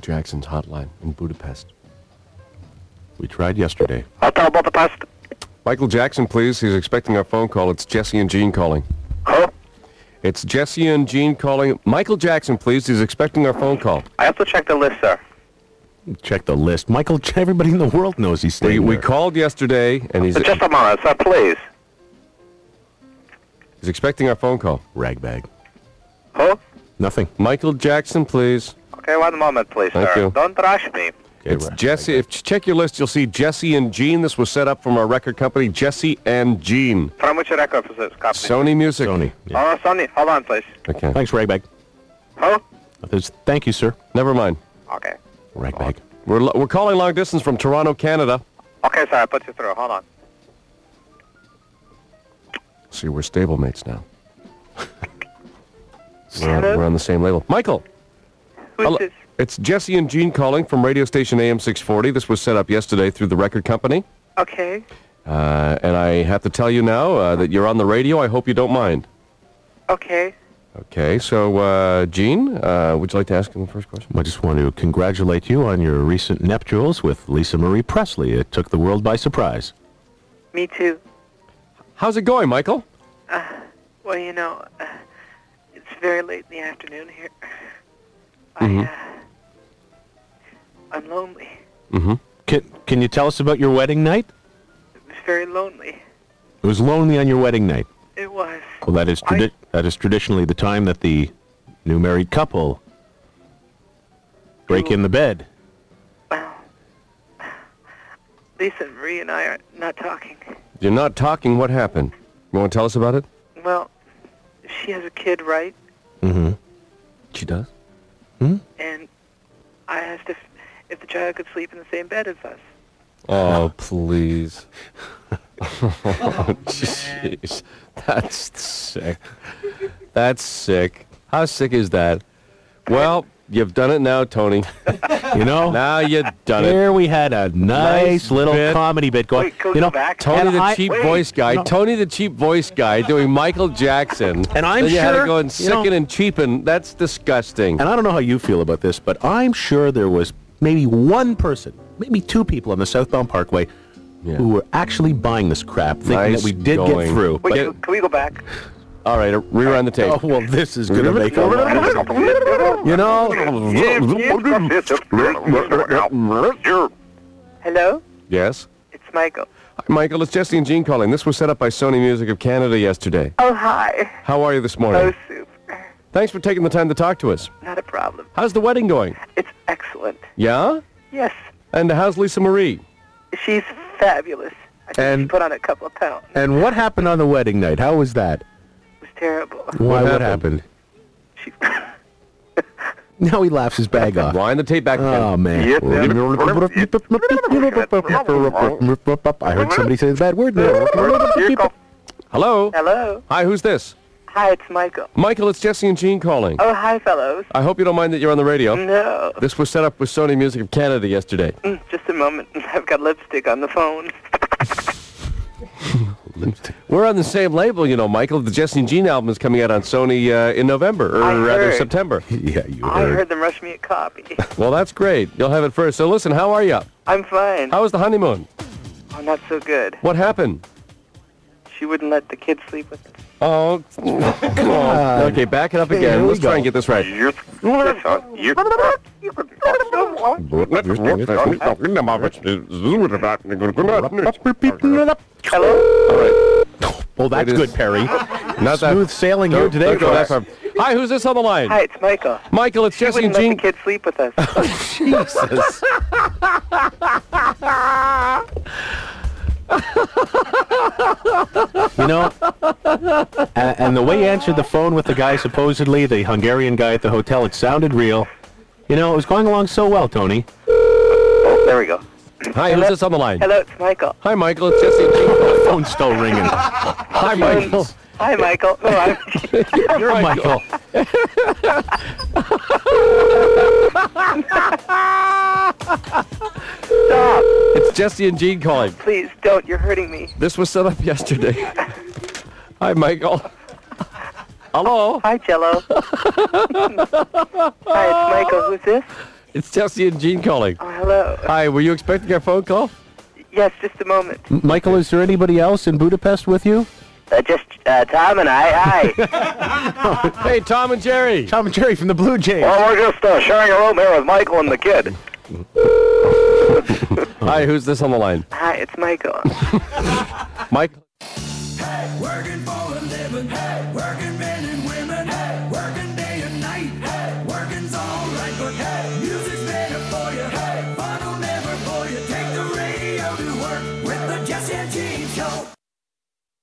Jackson's hotline in Budapest. We tried yesterday. Hotel Budapest. Michael Jackson, please. He's expecting our phone call. It's Jesse and Jean calling. Who? It's Jesse and Jean calling. Michael Jackson, please. He's expecting our phone call. I have to check the list, sir. Check the list. Michael, everybody in the world knows he's We, staying we there. called yesterday, and he's, Just a moment, sir, please. he's expecting our phone call. Ragbag. Who? Nothing. Michael Jackson, please. Okay, one moment, please, Thank sir. you. Don't rush me. Okay, it's right. Jesse. If you check your list, you'll see Jesse and Jean. This was set up from our record company, Jesse and Jean. From which record company? Sony Music. Sony. Yeah. Oh, Sony. Hold on, please. Okay. Thanks, Ragbag. Who? There's- Thank you, sir. Never mind. Okay. Ragbag. We're, lo- we're calling long distance from Toronto, Canada. Okay, sir, I put you through. Hold on. See, we're stablemates now. we're, on, Hello? we're on the same label. Michael. Who's hello. this? It's Jesse and Jean calling from radio station AM 640. This was set up yesterday through the record company. Okay. Uh, and I have to tell you now uh, that you're on the radio. I hope you don't mind. Okay. Okay, so, uh, Jean, uh, would you like to ask him the first question? I just want to congratulate you on your recent nuptials with Lisa Marie Presley. It took the world by surprise. Me too. How's it going, Michael? Well, you know, uh, it's very late in the afternoon here. Mm-hmm. I, uh, I'm lonely. Can, can you tell us about your wedding night? It was very lonely. It was lonely on your wedding night. It was. Well, that is, tradi- that is traditionally the time that the new married couple break in the bed. Well, Lisa and Marie and I are not talking. You're not talking. What happened? You want to tell us about it? Well, she has a kid, right? She does. And I asked if if the child could sleep in the same bed as us. Oh, please. Oh, Jeez. That's sick. That's sick. How sick is that? Well, you've done it now, Tony. You know? Now you've done it. There we had a nice, Nice little bit. comedy bit going. Wait, go you know, back. Tony and the I- cheap wait, voice guy. no. Tony the cheap voice guy doing Michael Jackson. And I'm then you had to sure, go and you know- sicken and cheapen. That's disgusting. And I don't know how you feel about this, but I'm sure there was maybe one person, maybe two people on the southbound parkway Yeah. who were actually buying this crap, thinking Nice that we did going. get through. Wait, But- can, can we go back? All right, uh, rerun the tape. oh, well, this is going to make a lot of You know? Hello, Yes? it's Michael. Hi, Michael, it's Jesse and Jean calling. This was set up by Sony Music of Canada yesterday. Oh hi. How are you this morning? Oh super. Thanks for taking the time to talk to us. Not a problem. How's the wedding going? It's excellent. Yeah? Yes, And how's Lisa Marie? she's fabulous. I think And- she put on a couple of pounds. It And what happened on the wedding night? How was that? was terrible. Why? What happened? happened? She, Now he laughs his bag off. Wind the tape back Oh again. man! Yep. I heard somebody say the bad word. Hello? hello. Hi, who's this? Hi, it's Michael. Michael, it's Jesse and Jean calling. Oh, hi, fellows. I hope you don't mind that you're on the radio. No, This was set up with Sony Music of Canada yesterday. Mm, just a moment. I've got lipstick on the phone. We're on the same label, you know, Michael. The Jesse and Jean album is coming out on Sony uh, in November, or I rather heard. September. Yeah, you I heard. heard them rush me a copy. Well, that's great. You'll have it first. So listen, how are you? I'm fine. How was the honeymoon? Oh, not so good. What happened? She wouldn't let the kids sleep with us. Oh, oh. okay, back it up here again. we Let's try go. and get this right. Hello. All right, Well, that's It is- good, Perry. not that. Smooth sailing here Don't- today. don't go that folks. far. Hi, who's this on the line? Hi, it's Michael. Michael, it's She Jesse and Jean. wouldn't let the kids sleep with us. Oh, Jesus. You know, and, and the way he answered the phone with the guy, supposedly the Hungarian guy at the hotel, it sounded real. You know, it was going along so well, Tony. Oh, there we go. Hi, who's this on the line? Hello, it's Michael. Hi, Michael, it's Jesse and Jean. The phone's still ringing. Hi, Michael. Hi, Michael. Oh, I'm, You're Oh, Michael. Michael, It's Jesse and Jean calling. please don't. You're hurting me. This was set up yesterday. Hi, Michael. Hello. Hi, Jello. Hi, it's Michael. Who's this? It's Chelsea and Gene calling. Oh, hello. Hi, were you expecting our phone call? Yes, just a moment. M- Michael, is there anybody else in Budapest with you? Uh, just uh, Tom and I. Hi. Hey, Tom and Jerry. Tom and Jerry from the Blue Jays. well, we're just uh, sharing a room here with Michael and the kid. Hi, who's this on the line? Hi, it's Michael. Mike. Working for a living, hey, working man.